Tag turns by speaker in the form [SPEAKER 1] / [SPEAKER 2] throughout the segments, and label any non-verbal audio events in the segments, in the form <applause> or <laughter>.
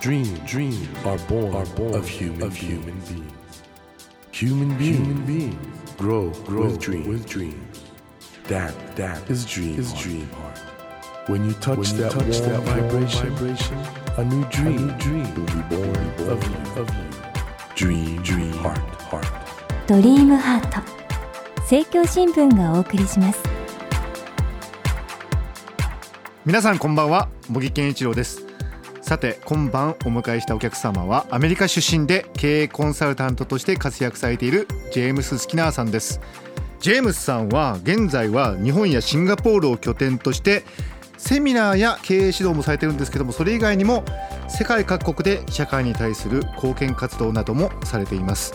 [SPEAKER 1] dreams, dreams are born, are born of human, of human beings. Human beings, human beings grow, grow with, dream, with dreams. That, that is dream, is dream heart. When you touch
[SPEAKER 2] When you
[SPEAKER 1] that,
[SPEAKER 2] touch
[SPEAKER 1] warm
[SPEAKER 2] that warm
[SPEAKER 1] vibration,
[SPEAKER 2] vibration,
[SPEAKER 1] a new dream,
[SPEAKER 2] new dream
[SPEAKER 1] will be born, of you, of you. Dream, dream heart, heart.
[SPEAKER 3] ドリームハート政教新聞がお送りします
[SPEAKER 4] 皆さんこんばんは茂木健一郎ですさて今晩お迎えしたお客様はアメリカ出身で経営コンサルタントとして活躍されているジェームス・スキナーさんですジェームスさんは現在は日本やシンガポールを拠点としてセミナーや経営指導もされてるんですけどもそれ以外にも世界各国で社会に対する貢献活動などもされています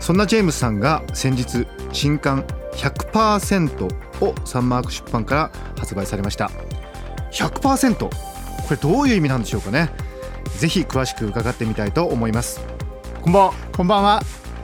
[SPEAKER 4] そんなジェームスさんが先日新刊100%をサンマーク出版から発売されました100%これどういう意味なんでしょうかねぜひ詳しく伺ってみたいと思いますこんばんは
[SPEAKER 2] こんばんは。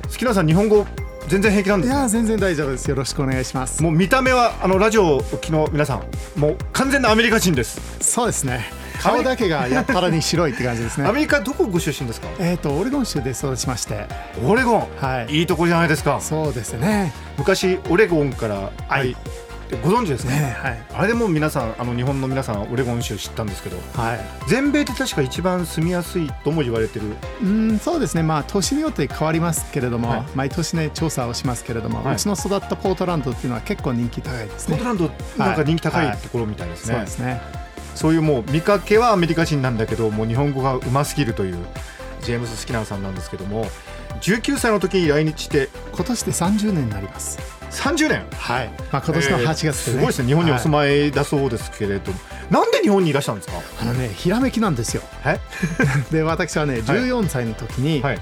[SPEAKER 4] スキナーさん日本語全然平気なん
[SPEAKER 2] い
[SPEAKER 4] です
[SPEAKER 2] や
[SPEAKER 4] ね
[SPEAKER 2] ー全然大丈夫です。よろしくお願いします。
[SPEAKER 4] もう見た目はあのラジオを昨日皆さんもう完全なアメリカ人です、
[SPEAKER 2] そうですね。
[SPEAKER 4] 髪
[SPEAKER 2] 顔だけがやっぱらに白いって感じ
[SPEAKER 4] <laughs>
[SPEAKER 2] です
[SPEAKER 4] ア
[SPEAKER 2] ね。
[SPEAKER 4] メリカどこご出身ですか
[SPEAKER 2] えっとオレゴン州で育ちまして、
[SPEAKER 4] オレゴン
[SPEAKER 2] はい。
[SPEAKER 4] いいとこじゃないですか
[SPEAKER 2] そうですね。
[SPEAKER 4] 昔オレゴンから愛、
[SPEAKER 2] は
[SPEAKER 4] ってご存知です
[SPEAKER 2] ね
[SPEAKER 4] ね
[SPEAKER 2] はい
[SPEAKER 4] あれでもう皆さんあの日本の皆さんオレゴン州知ったんですけど
[SPEAKER 2] はい。
[SPEAKER 4] 全米で確か一番住みやすいとも言われてる
[SPEAKER 2] うーんそうですね。まあ年によって変わりますけれども、
[SPEAKER 4] はい
[SPEAKER 2] 毎年ね調査をしますけれども、
[SPEAKER 4] はいう
[SPEAKER 2] ちの育ったポートランドっていうのは結構人気高いです
[SPEAKER 4] ポー
[SPEAKER 2] ね
[SPEAKER 4] ト。ランドなんか人気高いところみたいですね、
[SPEAKER 2] そうですね。
[SPEAKER 4] そういうもう見かけはアメリカ人なんだけどもう日本語がうますぎるというジェームス・スキナーさんなんですけども19歳の時に来日して
[SPEAKER 2] 今年で30年になります。
[SPEAKER 4] 30年
[SPEAKER 2] はい。まあ今年の8月でね。
[SPEAKER 4] えーすごいですね日本にお
[SPEAKER 2] ま
[SPEAKER 4] 住まいだそうですけれども、なんで日本にいらしたんですか
[SPEAKER 2] あのねひらめきなんですよ。
[SPEAKER 4] え
[SPEAKER 2] <laughs> で私はね14歳の時に、
[SPEAKER 4] はい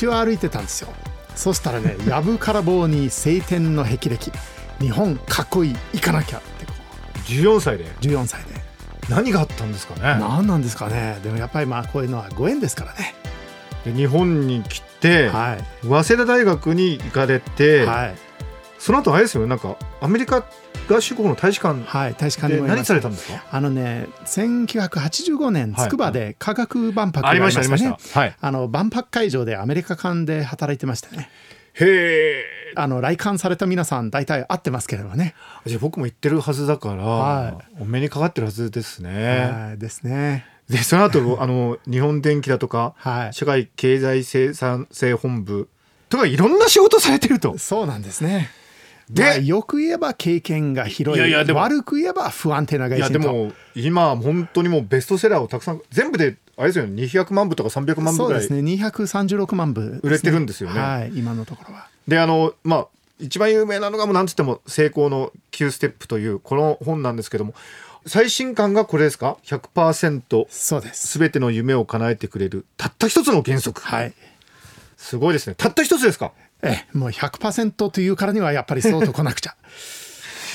[SPEAKER 2] 道を歩いてたんですよそしたらね
[SPEAKER 4] <laughs>
[SPEAKER 2] 「やぶから棒に晴天の霹靂日本かっこいい行かなきゃ」ってこ
[SPEAKER 4] 14歳で
[SPEAKER 2] う14歳で
[SPEAKER 4] 何があったんですかね
[SPEAKER 2] 何なんですかねでもやっぱりまあこういうのはご縁ですからね
[SPEAKER 4] で日本に来て、
[SPEAKER 2] は
[SPEAKER 4] 早稲田大学に行かれ
[SPEAKER 2] い
[SPEAKER 4] て、
[SPEAKER 2] はい、
[SPEAKER 4] その後あれですよねなんかアメリカ合衆国の大使館
[SPEAKER 2] はい、確かに
[SPEAKER 4] で
[SPEAKER 2] もいま
[SPEAKER 4] 何
[SPEAKER 2] す
[SPEAKER 4] されたんですか
[SPEAKER 2] あのね1985年
[SPEAKER 4] はい
[SPEAKER 2] つくばで科学万博が
[SPEAKER 4] あ
[SPEAKER 2] あり
[SPEAKER 4] り
[SPEAKER 2] ま
[SPEAKER 4] ま
[SPEAKER 2] し
[SPEAKER 4] した
[SPEAKER 2] た
[SPEAKER 4] あ
[SPEAKER 2] ね、
[SPEAKER 4] りました、はい、
[SPEAKER 2] あの万博会場でアメリカ館で働いてましたね
[SPEAKER 4] へえ
[SPEAKER 2] あの来館された皆さん大体会ってますけれどもね、
[SPEAKER 4] じゃあ僕も行ってるはずだから、
[SPEAKER 2] は
[SPEAKER 4] お目にかかってるはずですね。
[SPEAKER 2] はいですね
[SPEAKER 4] でそ
[SPEAKER 2] <laughs>
[SPEAKER 4] の後あの日本電機だとか、
[SPEAKER 2] はい
[SPEAKER 4] 社会経済生産性本部とかいろんな仕事されてると。
[SPEAKER 2] そうなんですね。
[SPEAKER 4] で
[SPEAKER 2] まあよく言えば経験が広い
[SPEAKER 4] いやいやでも
[SPEAKER 2] 悪く言えば不安定ない外
[SPEAKER 4] や
[SPEAKER 2] 人
[SPEAKER 4] で
[SPEAKER 2] と
[SPEAKER 4] も今本当にもうベストセラーをたくさん全部であれですよね200万部とか300万部
[SPEAKER 2] そう
[SPEAKER 4] ぐ
[SPEAKER 2] で
[SPEAKER 4] らい
[SPEAKER 2] すね236万部ですね、
[SPEAKER 4] 売れてるんですよね
[SPEAKER 2] はい今のところは
[SPEAKER 4] であのまあ一番有名なのがもうなんつっても「成功の9ステップ」というこの本なんですけども最新刊がこれですか100%
[SPEAKER 2] そうです
[SPEAKER 4] すべての夢を叶えてくれるたった一つの原則、
[SPEAKER 2] はい
[SPEAKER 4] すごいですねたった一つですか
[SPEAKER 2] ええもう100%というからにはやっぱりそうとこなくちゃ <laughs>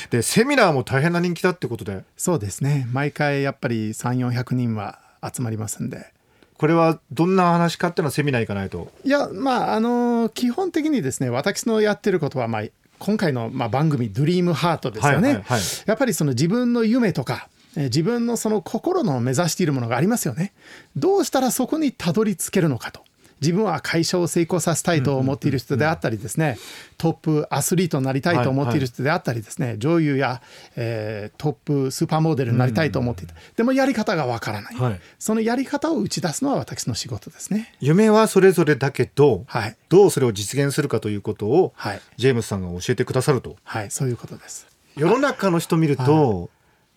[SPEAKER 4] でセミナーも大変な人気だってことで
[SPEAKER 2] そうですね毎回やっぱり3400人は集まりますんで
[SPEAKER 4] これはどんな話かっていうのはセミナー行かないと
[SPEAKER 2] いやまああの基本的にですね私のやってることはまあ今回のまあ番組「ドリームハートですよね、
[SPEAKER 4] はいはいはい
[SPEAKER 2] やっぱりその自分の夢とかえー自分のその心の目指しているものがありますよねどうしたらそこにたどり着けるのかと自分は会社を成功させたいと思っている人であったりですねトップアスリートになりたいと思っている人であったりですね女優や、えートップスーパーモデルになりたいと思っていたでもやり方がわからない、
[SPEAKER 4] はい
[SPEAKER 2] そのやり方を打ち出すのは私の仕事ですね
[SPEAKER 4] 夢はそれぞれだけど、
[SPEAKER 2] はい
[SPEAKER 4] どうそれを実現するかということを、
[SPEAKER 2] はい
[SPEAKER 4] ジェームスさんが教えてくださると
[SPEAKER 2] はい、そういうことです。
[SPEAKER 4] 世の中の人見ると、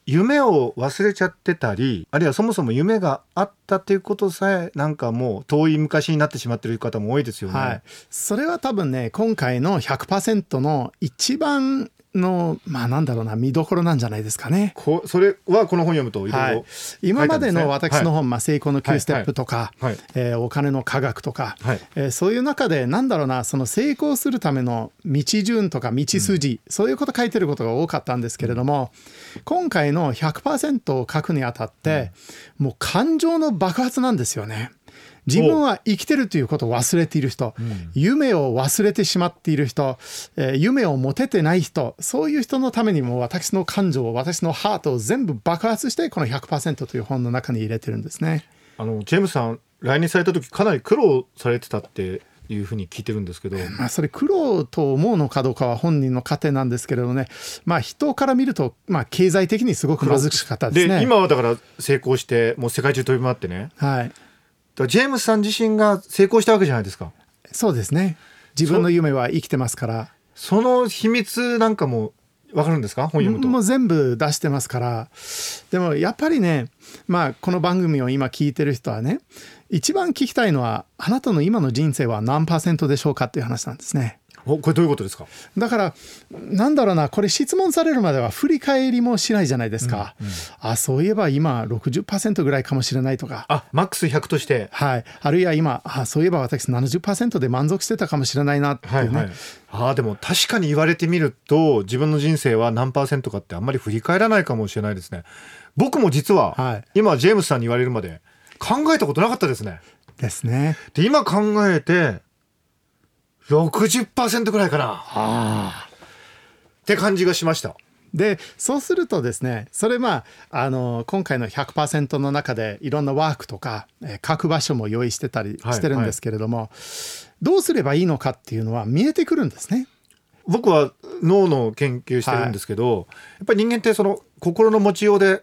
[SPEAKER 4] 夢を忘れちゃってたりあるいはそもそも夢があったということさえなんかもう遠い昔になってしまってる方も多いですよね。
[SPEAKER 2] はい、それは多分ね、今回の100%の一番の、まあ、なんだろうな、見どころなんじゃないですかね。
[SPEAKER 4] こそれはこの本読むといろ
[SPEAKER 2] はいい
[SPEAKER 4] ろ、
[SPEAKER 2] 今までの
[SPEAKER 4] 書いてあるん
[SPEAKER 2] 私
[SPEAKER 4] すね
[SPEAKER 2] の
[SPEAKER 4] はい
[SPEAKER 2] 本「まあ、成功の9ステップ」とか、
[SPEAKER 4] はいはい
[SPEAKER 2] えーお金の科学」とか、
[SPEAKER 4] はい
[SPEAKER 2] えーそういう中でなんだろうなその成功するための道順とか道筋、そういうこと書いてることが多かったんですけれども今回の100%を書くにあたって、もう感情の爆発なんですよね。自分は生きてるということを忘れている人、夢を忘れてしまっている人、えー夢を持ててない人そういう人のためにも私の感情を私のハートを全部爆発してこの100%という本の中に入れてるんですね。
[SPEAKER 4] あのジェームスさん来日された時かなり苦労されてたっていうふうに聞いてるんですけど、
[SPEAKER 2] まあ、それ苦労と思うのかどうかは本人の糧なんですけれどもね、まあ、人から見ると、まあ、経済的にすごく貧しかったですね。
[SPEAKER 4] で今はだから成功してもう世界中飛び回ってね
[SPEAKER 2] はい、
[SPEAKER 4] だからジェームスさん自身が成功したわけじゃないですか
[SPEAKER 2] そうですね自分の夢は生きてますから
[SPEAKER 4] その秘密なんかもわかるんですか本読むと
[SPEAKER 2] もう全部出してますからでもやっぱりね、まあ、この番組を今聞いてる人はね一番聞きたいのはあなたの今の人生は何パーセントでしょうかっていう話なんですね。
[SPEAKER 4] おこれどういうことですか
[SPEAKER 2] だからなんだろうなこれ質問されるまでは振り返りもしないじゃないですか、あそういえば今60%ぐらいかもしれないとか
[SPEAKER 4] あマックス100として
[SPEAKER 2] はい、あるいは今あそういえば私70%で満足してたかもしれないなっていうね、
[SPEAKER 4] はいはい、あーでも確かに言われてみると自分の人生は何パーセントかってあんまり振り返らないかもしれないですね僕も実は、
[SPEAKER 2] はい
[SPEAKER 4] 今ジェームスさんに言われるまで考えたことなかったですね
[SPEAKER 2] ですね
[SPEAKER 4] で今考えて60%ぐらいかなって感じがしました
[SPEAKER 2] でそうするとですねそれまああの今回の100%の中でいろんなワークとかえー書く場所も用意してたり
[SPEAKER 4] はい
[SPEAKER 2] してるんですけれども、どうすればいいのかっていうのは見えてくるんですね。
[SPEAKER 4] 僕は脳の研究してるんですけど、やっぱり人間ってその心の持ちようで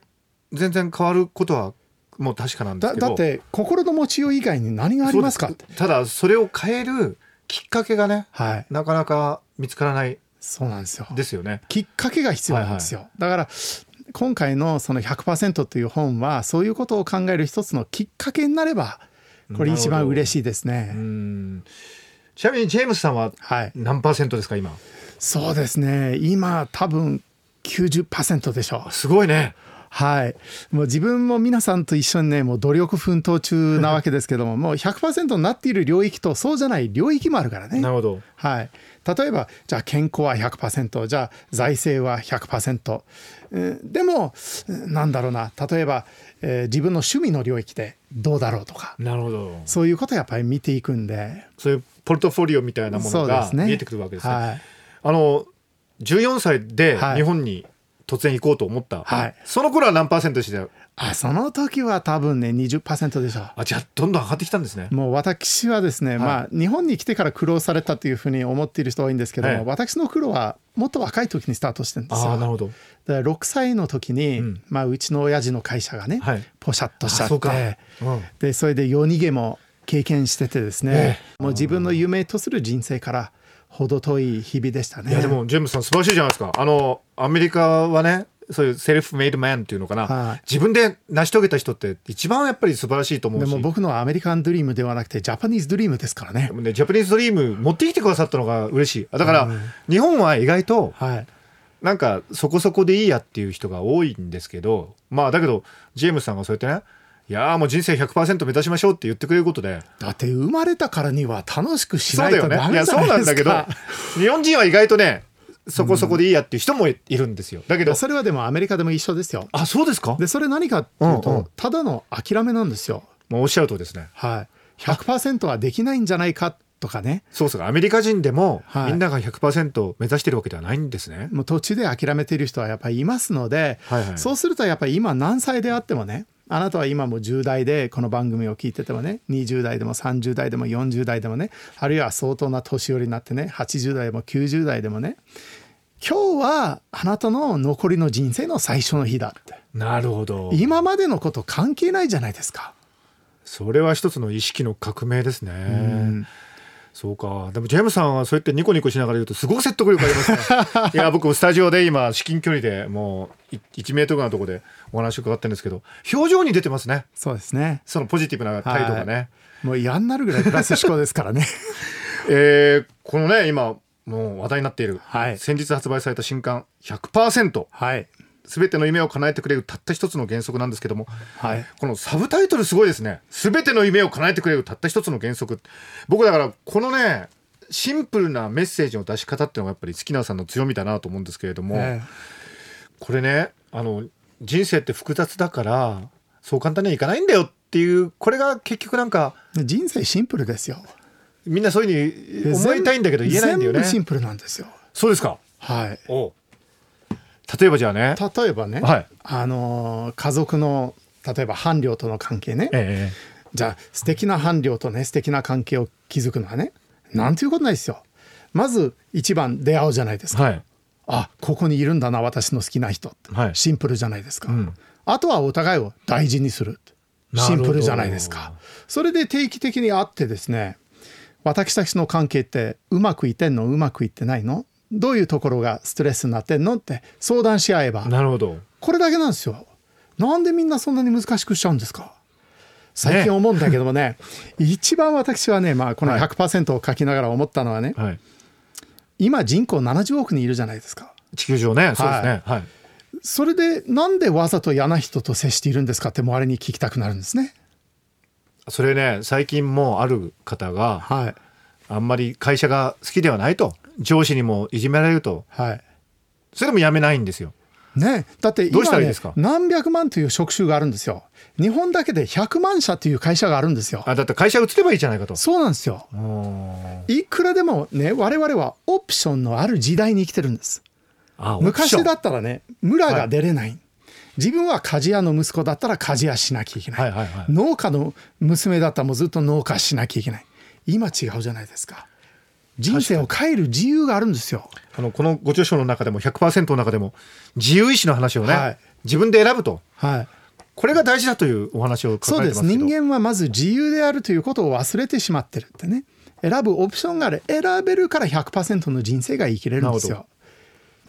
[SPEAKER 4] 全然変わることはもう確かなんで
[SPEAKER 2] だ
[SPEAKER 4] すけど
[SPEAKER 2] だって心の持ちよう以外に何がありますか
[SPEAKER 4] そう
[SPEAKER 2] っ
[SPEAKER 4] で
[SPEAKER 2] て。
[SPEAKER 4] ただそれを変えるきっかけがね
[SPEAKER 2] はい、
[SPEAKER 4] なかなか見つからない
[SPEAKER 2] そうなんですよ。
[SPEAKER 4] ですよね。
[SPEAKER 2] きっかけが必要なんですよ、だから今回のその100%という本はそういうことを考える一つのきっかけになればこれ一
[SPEAKER 4] なる
[SPEAKER 2] 番
[SPEAKER 4] ほど
[SPEAKER 2] 嬉しいです
[SPEAKER 4] う
[SPEAKER 2] ね
[SPEAKER 4] んちなみにジェームスさんは
[SPEAKER 2] はい
[SPEAKER 4] 何パーセントですか今
[SPEAKER 2] そうですね今多分90%でしょう
[SPEAKER 4] すごいね
[SPEAKER 2] はいもう自分も皆さんと一緒にねもう努力奮闘中なわけですけども <laughs> もう100%になっている領域とそうじゃない領域もあるからね
[SPEAKER 4] なるほど
[SPEAKER 2] はい、例えばじゃあ健康は100%じゃあ財政は100%、えーでもうんなんだろうな例えば、えー自分の趣味の領域でどうだろうとか
[SPEAKER 4] なるほど
[SPEAKER 2] そういうことをやっぱり見ていくんで
[SPEAKER 4] そういうポルトフォリオみたいなも
[SPEAKER 2] そ
[SPEAKER 4] の
[SPEAKER 2] うで
[SPEAKER 4] が
[SPEAKER 2] すね
[SPEAKER 4] 見えてくるわけですね
[SPEAKER 2] はい
[SPEAKER 4] あの14歳で
[SPEAKER 2] はい
[SPEAKER 4] 日本に突然行こうと思った、
[SPEAKER 2] はい
[SPEAKER 4] その頃は何パーセントでした
[SPEAKER 2] あその時は多分ね20%でしょう。
[SPEAKER 4] あじゃあどんどん上がってきたんですね
[SPEAKER 2] もう私はですね、まあ日本に来てから苦労されたというふうに思っている人多いんですけども、
[SPEAKER 4] はい
[SPEAKER 2] 私の苦労はもっと若い時にスタートしてるんです
[SPEAKER 4] ああ
[SPEAKER 2] よ。
[SPEAKER 4] なるほど
[SPEAKER 2] で6歳の時に、うまあ、うちの親父の会社がね、
[SPEAKER 4] はい
[SPEAKER 2] ポシャッとしちゃ
[SPEAKER 4] あ
[SPEAKER 2] っ
[SPEAKER 4] そうか
[SPEAKER 2] て
[SPEAKER 4] うん
[SPEAKER 2] でそれで夜逃げも経験しててですね、もう自分の夢とする人生から程遠い日々でしたね。
[SPEAKER 4] いやでもジェームスさん素晴らしいじゃないですかあのアメリカはねそういうセルフメイドマンっていうのかな、
[SPEAKER 2] はい
[SPEAKER 4] 自分で成し遂げた人って一番やっぱり素晴らしいと思う
[SPEAKER 2] で
[SPEAKER 4] し
[SPEAKER 2] も僕のはアメリカンドリームではなくてジャパニーズドリームですからね
[SPEAKER 4] で。もねジャパニーズドリーム持ってきてくださったのが嬉しいだから、日本は意外と
[SPEAKER 2] はい、
[SPEAKER 4] なんかそこそこでいいやっていう人が多いんですけどまあだけどジェームスさんがそうやってねいやーもう人生100%目指しましょうって言ってくれることで
[SPEAKER 2] だって生まれたからには楽しくし
[SPEAKER 4] そ
[SPEAKER 2] な
[SPEAKER 4] う
[SPEAKER 2] い
[SPEAKER 4] だ
[SPEAKER 2] と
[SPEAKER 4] よね
[SPEAKER 2] ダ
[SPEAKER 4] い
[SPEAKER 2] メ
[SPEAKER 4] や
[SPEAKER 2] じゃ
[SPEAKER 4] そう
[SPEAKER 2] な
[SPEAKER 4] ない
[SPEAKER 2] で
[SPEAKER 4] んだ
[SPEAKER 2] す
[SPEAKER 4] けど
[SPEAKER 2] か。
[SPEAKER 4] 日本人は意外とねそこそこでいいやっていう人もいるんですよだけど
[SPEAKER 2] それはでもアメリカでも一緒ですよ。
[SPEAKER 4] あそうですか
[SPEAKER 2] でそれ何かっていうと、
[SPEAKER 4] うんうん
[SPEAKER 2] ただの諦めなんですよ。
[SPEAKER 4] もうおっしゃるとりですね
[SPEAKER 2] はい、100%はできないんじゃないかとかね
[SPEAKER 4] そうそうアメリカ人でも
[SPEAKER 2] はい
[SPEAKER 4] みんなが100%目指してるわけではないんですね、
[SPEAKER 2] もう途中で諦めている人はやっぱりいますので、
[SPEAKER 4] はいはい
[SPEAKER 2] そうするとやっぱり今何歳であってもねあなたは今もう10代でこの番組を聞いててもね20代でも30代でも40代でもねあるいは相当な年寄りになってね80代でも90代でもね今日はあなたの残りの人生の最初の日だって
[SPEAKER 4] なるほど
[SPEAKER 2] 今までのこと関係ないじゃないですか。
[SPEAKER 4] それは一つの意識の革命ですね、そうかでもジェームスさんはそうやってニコニコしながら言うとすごく説得力ありますねいや僕もスタジオで今至近距離でもうい1メートルぐらいのところでお話伺ってるんですけど表情に出てますね
[SPEAKER 2] そうですね
[SPEAKER 4] そのポジティブな態度がね、
[SPEAKER 2] もう嫌になるぐらいプラス思考ですから
[SPEAKER 4] <laughs>
[SPEAKER 2] ね。
[SPEAKER 4] えーこのね今もう話題になっている、
[SPEAKER 2] はい
[SPEAKER 4] 先日発売された新刊100%
[SPEAKER 2] はい。
[SPEAKER 4] 全ての夢を叶えてくれるたった一つの原則なんですけども、
[SPEAKER 2] はい。
[SPEAKER 4] このサブタイトルすごいですね全ての夢を叶えてくれるたった一つの原則僕だからこのねシンプルなメッセージの出し方っていうのがやっぱり月ナさんの強みだなと思うんですけれども、
[SPEAKER 2] え
[SPEAKER 4] これねあの人生って複雑だからそう簡単にはいかないんだよっていうこれが結局なんか
[SPEAKER 2] え <laughs> 人生シンプルですよ。
[SPEAKER 4] みんなそういうふうに思いたいんだけど言えないんだよ
[SPEAKER 2] 全
[SPEAKER 4] ね
[SPEAKER 2] 部シンプルなんですよ。
[SPEAKER 4] そうですか
[SPEAKER 2] はい。
[SPEAKER 4] お例えばじゃあね
[SPEAKER 2] 例えばね、
[SPEAKER 4] はい
[SPEAKER 2] あのー家族の例えば伴侶との関係ね、
[SPEAKER 4] え
[SPEAKER 2] じゃあ素敵な伴侶とね素敵な関係を築くのはねなんていうことないですよまず一番出会うじゃないですか、
[SPEAKER 4] はい
[SPEAKER 2] あここにいるんだな私の好きな人って、
[SPEAKER 4] はい
[SPEAKER 2] シンプルじゃないですか、
[SPEAKER 4] ん
[SPEAKER 2] あとはお互いを大事にする
[SPEAKER 4] なる
[SPEAKER 2] シ
[SPEAKER 4] ほど
[SPEAKER 2] ンプルじゃないですかそれで定期的に会ってですね私たちの関係ってうまくいってんのうまくいってないのどういうところがストレスになってんのって相談し合えば
[SPEAKER 4] なるほど
[SPEAKER 2] これだけなんですよなんでみんなそんなに難しくしちゃうんですか最近思うんだけどもね一番私はね、まあ、この
[SPEAKER 4] はい
[SPEAKER 2] 100%を書きながら思ったのはね、
[SPEAKER 4] はい
[SPEAKER 2] 今人口70億人いるじゃないですか
[SPEAKER 4] 地球上ねそうですねはい、
[SPEAKER 2] それでなんでわざと嫌な人と接しているんですかって周りに聞きたくなるんですね
[SPEAKER 4] それね最近もうある方が
[SPEAKER 2] はい
[SPEAKER 4] あんまり会社が好きではないと上司にもいじめられると
[SPEAKER 2] はい
[SPEAKER 4] それでもやめないんですよ
[SPEAKER 2] ね、だって
[SPEAKER 4] どうした
[SPEAKER 2] 今、
[SPEAKER 4] らいい
[SPEAKER 2] ね
[SPEAKER 4] ですか、
[SPEAKER 2] 何百万という職種があるんですよ日本だけで100万社という会社があるんですよ
[SPEAKER 4] あだって会社移ればいいじゃないかと
[SPEAKER 2] そうなんですよ
[SPEAKER 4] うーん
[SPEAKER 2] いくらでもね我々はオプションのある時代に生きてるんです
[SPEAKER 4] あ
[SPEAKER 2] 昔だ
[SPEAKER 4] オプ
[SPEAKER 2] ったらね村が出れない、自分は鍛冶屋の息子だったら鍛冶屋しなきゃいけない,、
[SPEAKER 4] はいはいはい
[SPEAKER 2] 農家の娘だったらもうずっと農家しなきゃいけない今違うじゃないですか人生を変える自由があるんですよ
[SPEAKER 4] ションあのこのご著書の中でも100%の中でも自由意志の話をね、
[SPEAKER 2] はい
[SPEAKER 4] 自分で選ぶと
[SPEAKER 2] はい
[SPEAKER 4] これが大事だというお話を書
[SPEAKER 2] そ
[SPEAKER 4] か
[SPEAKER 2] う
[SPEAKER 4] れ
[SPEAKER 2] で
[SPEAKER 4] てますすけど
[SPEAKER 2] 人間はまず自由であるということを忘れてしまってるってね選ぶオプションがある選べるから100%の人生が生きれるんです
[SPEAKER 4] なる
[SPEAKER 2] よ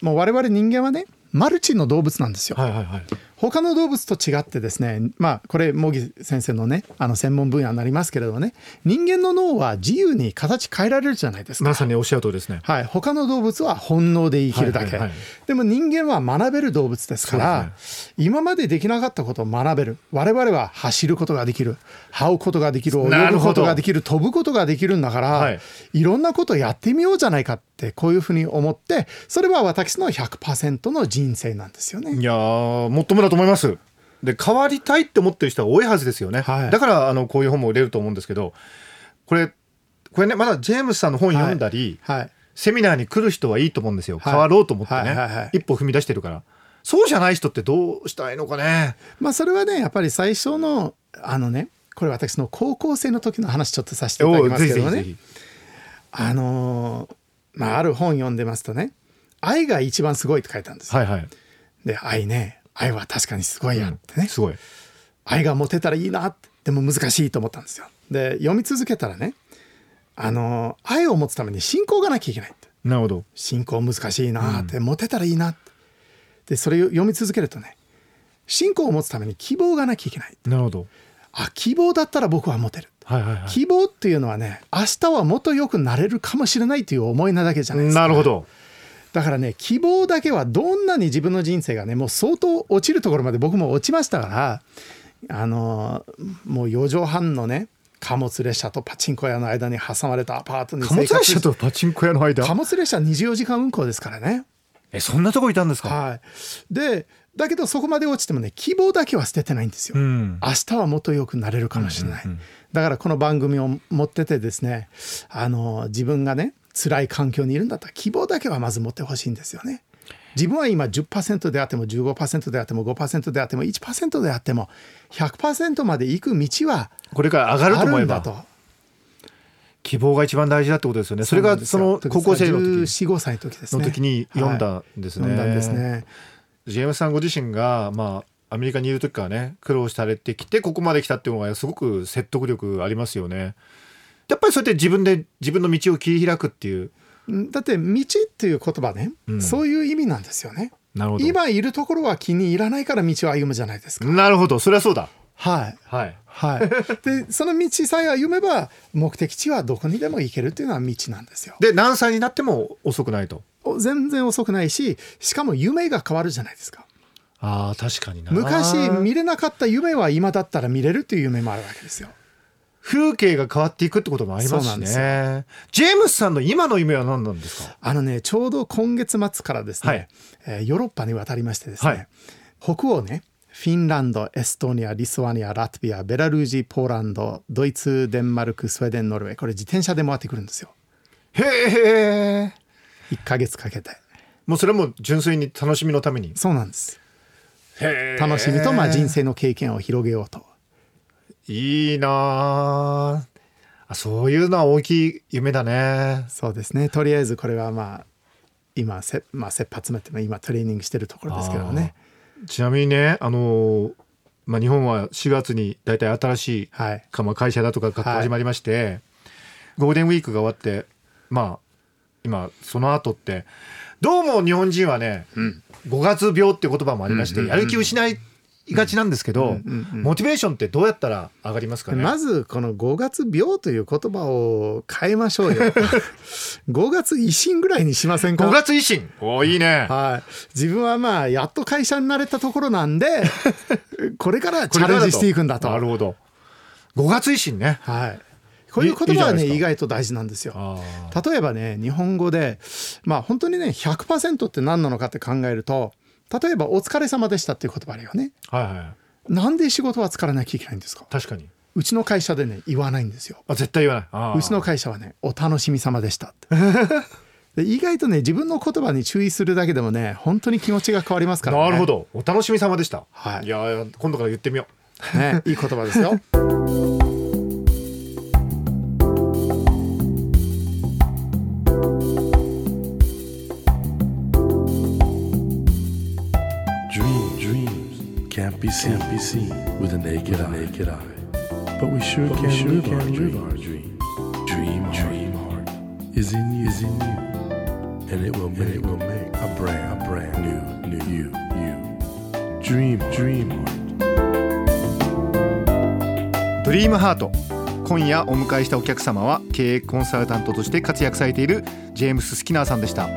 [SPEAKER 2] もう我々人間はねマルチの動物なんですよ、
[SPEAKER 4] はいはいはい
[SPEAKER 2] 他の動物と違ってですねまあこれ茂木先生のねあの専門分野になりますけれどもね人間の脳は自由に形変えられるじゃないですか
[SPEAKER 4] 皆さんにおっしゃる通りですね
[SPEAKER 2] はい、他の動物は本能で生きるだけ、
[SPEAKER 4] はいはいはい
[SPEAKER 2] でも人間は学べる動物ですから今までできなかったことを学べる我々は走ることができる這うことができる
[SPEAKER 4] な
[SPEAKER 2] 泳
[SPEAKER 4] る
[SPEAKER 2] ぐ
[SPEAKER 4] ほ
[SPEAKER 2] こと
[SPEAKER 4] ど
[SPEAKER 2] ができる飛ぶことができるんだから、
[SPEAKER 4] はい
[SPEAKER 2] い、ろんなことやってみようじゃないかってこういうふうに思ってそれは私の100%の人生なんですよね。
[SPEAKER 4] いやーもっともだと思いますで変わりたいって思ってる人は多いはずですよね、
[SPEAKER 2] はい
[SPEAKER 4] だからあのこういう本も売れると思うんですけどこれこれねまだジェームスさんの本読んだり、
[SPEAKER 2] はい
[SPEAKER 4] セミナーに来る人はいいと思うんですよ、
[SPEAKER 2] はい
[SPEAKER 4] 変わろうと思ってね、
[SPEAKER 2] はいはいはい
[SPEAKER 4] 一歩踏み出してるからそうじゃない人ってどうしたらいいのかね
[SPEAKER 2] まあそれはねやっぱり最初のあのねこれ私の高校生の時の話ちょっとさせていただきますけどね。あのーまあある本読んでますとね「愛が一番すごい」って書いたんですよ。
[SPEAKER 4] はいはい、
[SPEAKER 2] で愛ね愛は確かにすごいやってね、
[SPEAKER 4] すごい
[SPEAKER 2] 愛が持てたらいいなってでも難しいと思ったんですよ。で読み続けたらねあのー愛を持つために信仰がなきゃいけないって
[SPEAKER 4] なるほど
[SPEAKER 2] 信仰難しいなって、持てたらいいなってでそれを読み続けるとね信仰を持つために希望がなきゃいけない
[SPEAKER 4] なるほど
[SPEAKER 2] あ希望だったら僕は持てる
[SPEAKER 4] はいはいは
[SPEAKER 2] 希望っていうのはね明日はもっと良くなれるかもしれないという思いなだけじゃないですか
[SPEAKER 4] なるほど
[SPEAKER 2] だからね希望だけはどんなに自分の人生がねもう相当落ちるところまで僕も落ちましたからあのもう4畳半のね貨物列車とパチンコ屋の間に挟まれたアパートに
[SPEAKER 4] 貨物列
[SPEAKER 2] 生活
[SPEAKER 4] 車とパチンコ屋の間
[SPEAKER 2] 貨物列車24時間運行ですからね
[SPEAKER 4] えそんなとこいたんですか、
[SPEAKER 2] はいでだけどそこまで落ちてもね希望だけは捨ててないんですよ、
[SPEAKER 4] うん
[SPEAKER 2] 明日はもっと良くなれるかもしれない、だからこの番組を持っててですねあの自分がね辛い環境にいるんだったら希望だけはまず持ってほしいんですよね自分は今10%であっても15%であっても5%であっても1%であっても100%まで行く道は
[SPEAKER 4] これから上がると
[SPEAKER 2] あ
[SPEAKER 4] 思
[SPEAKER 2] る
[SPEAKER 4] え
[SPEAKER 2] んだ
[SPEAKER 4] ば
[SPEAKER 2] と
[SPEAKER 4] 希望が一番大事だってことですよねそれがその高校生の時
[SPEAKER 2] 1415歳の時ですね
[SPEAKER 4] の時に読んだんですね
[SPEAKER 2] はい読んだんですね
[SPEAKER 4] ジェームスさんご自身がまあアメリカにいる時からね苦労されてきてここまで来たっていうのがすごく説得力ありますよねやっぱりそうやって自分で自分の道を切り開くっていう
[SPEAKER 2] うんだって「道」っていう言葉ね、
[SPEAKER 4] うん
[SPEAKER 2] そういう意味なんですよね。
[SPEAKER 4] なるほ
[SPEAKER 2] 今いるところは気に入らないから道を歩むじゃないですか。
[SPEAKER 4] なるほどそれはそうだ
[SPEAKER 2] はい
[SPEAKER 4] はい <laughs>
[SPEAKER 2] はい、でその道さえ歩めば目的地はどこにでも行けるっていうのは道なんですよ。
[SPEAKER 4] で何歳になっても遅くないと
[SPEAKER 2] お全然遅くないししかも夢が変わるじゃないですか。
[SPEAKER 4] あー確かにな
[SPEAKER 2] 昔見れなかった夢は今だったら見れるという夢もあるわけですよ。
[SPEAKER 4] 風景が変わっていくってこともあり
[SPEAKER 2] そう
[SPEAKER 4] ま
[SPEAKER 2] な
[SPEAKER 4] すし
[SPEAKER 2] んです
[SPEAKER 4] ねジェームスさんの今の夢は何なんですか
[SPEAKER 2] あのねちょうど今月末からですね、
[SPEAKER 4] はい
[SPEAKER 2] えーヨーロッパに渡りましてですね、
[SPEAKER 4] はい
[SPEAKER 2] 北欧ねフィンランドエストニアリスワニアラトビアベラルージポーランドドイツデンマルクスウェーデンノルウェーこれ自転車で回ってくるんですよ
[SPEAKER 4] へえ
[SPEAKER 2] 1ヶ月かけて
[SPEAKER 4] もうそれも純粋に楽しみのために
[SPEAKER 2] そうなんです
[SPEAKER 4] へー
[SPEAKER 2] 楽しみとまあ人生の経験を広げようと
[SPEAKER 4] いいなああそういうのは大きい夢だね
[SPEAKER 2] そうですねとりあえずこれはまあ今せ、まあ、切羽詰めても今トレーニングしてるところですけどね
[SPEAKER 4] ちなみにねあのーまあ、日本は4月に大体新しい
[SPEAKER 2] はい
[SPEAKER 4] か、まあ、会社だとか学校始まりまして、ゴールデンウィークが終わってまあ今その後ってどうも日本人はね、5月病って言葉もありまして、やる気失いがちなんですけど、モチベーションってどうやったら上がりますかね、
[SPEAKER 2] まずこの5月病という言葉を変えましょう
[SPEAKER 4] <laughs>
[SPEAKER 2] よ5月維新ぐらいにしませんか
[SPEAKER 4] 5月維新おーいいね、
[SPEAKER 2] はい、自分はまあやっと会社になれたところなん
[SPEAKER 4] <laughs>
[SPEAKER 2] でこれからチャレンジしていくんだと
[SPEAKER 4] なるほど5月維新ね
[SPEAKER 2] はい、こういう言葉はいね
[SPEAKER 4] いいじゃないですか
[SPEAKER 2] 意外と大事なんですよ。
[SPEAKER 4] あ
[SPEAKER 2] 例えばね日本語でまあ本当にね100%って何なのかって考えると例えば「お疲れ様でした」っていう言葉あるよね。
[SPEAKER 4] ーはいはい
[SPEAKER 2] なんで仕事は疲れなきゃいけないんですか
[SPEAKER 4] 確かに
[SPEAKER 2] うちの会社でね言わないんですよ。
[SPEAKER 4] あ絶対言わないあー
[SPEAKER 2] うちの会社はね「お楽しみ様でした」って。 <laughs> で意外とね自分の言葉に注意するだけでもね本当に気持ちが変わりますからね。
[SPEAKER 4] なるほどお楽しみ様でした、
[SPEAKER 2] はい
[SPEAKER 4] いやー今度から言ってみよ
[SPEAKER 2] <laughs>
[SPEAKER 4] う
[SPEAKER 2] ね、 <laughs> いい言葉ですよ。
[SPEAKER 1] Dream dreams can't be seen, can't be seen with a naked, eye. naked eye. But we sure can, live, our dream. our dream. Dream dream heart is in you, is in you, and it will make, it will make a brand, a brand new, new you, you. Dream dream heart.
[SPEAKER 4] ドリームハート今夜お迎えしたお客様は経営コンサルタントとして活躍されているジェームス・スキナーさんでした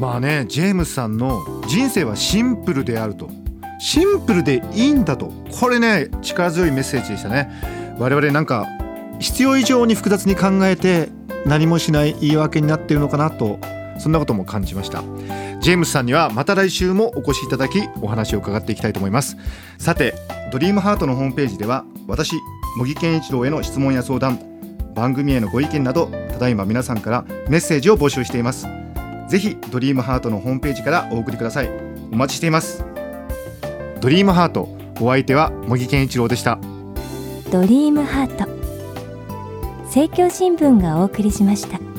[SPEAKER 4] まあねジェームスさんの人生はシンプルであるとシンプルでいいんだとこれね力強いメッセージでしたね我々なんか必要以上に複雑に考えて何もしない言い訳になっているのかなとそんなことも感じましたジェームスさんにはまた来週もお越しいただきお話を伺っていきたいと思いますさて「ドリームハートのホームページでは私茂木健一郎への質問や相談番組へのご意見などただいま皆さんからメッセージを募集していますぜひ「ドリームハートのホームページからお送りくださいお待ちしています「ドリームハートお相手は茂木健一郎でした
[SPEAKER 3] ドリームハート政教新聞がお送りしました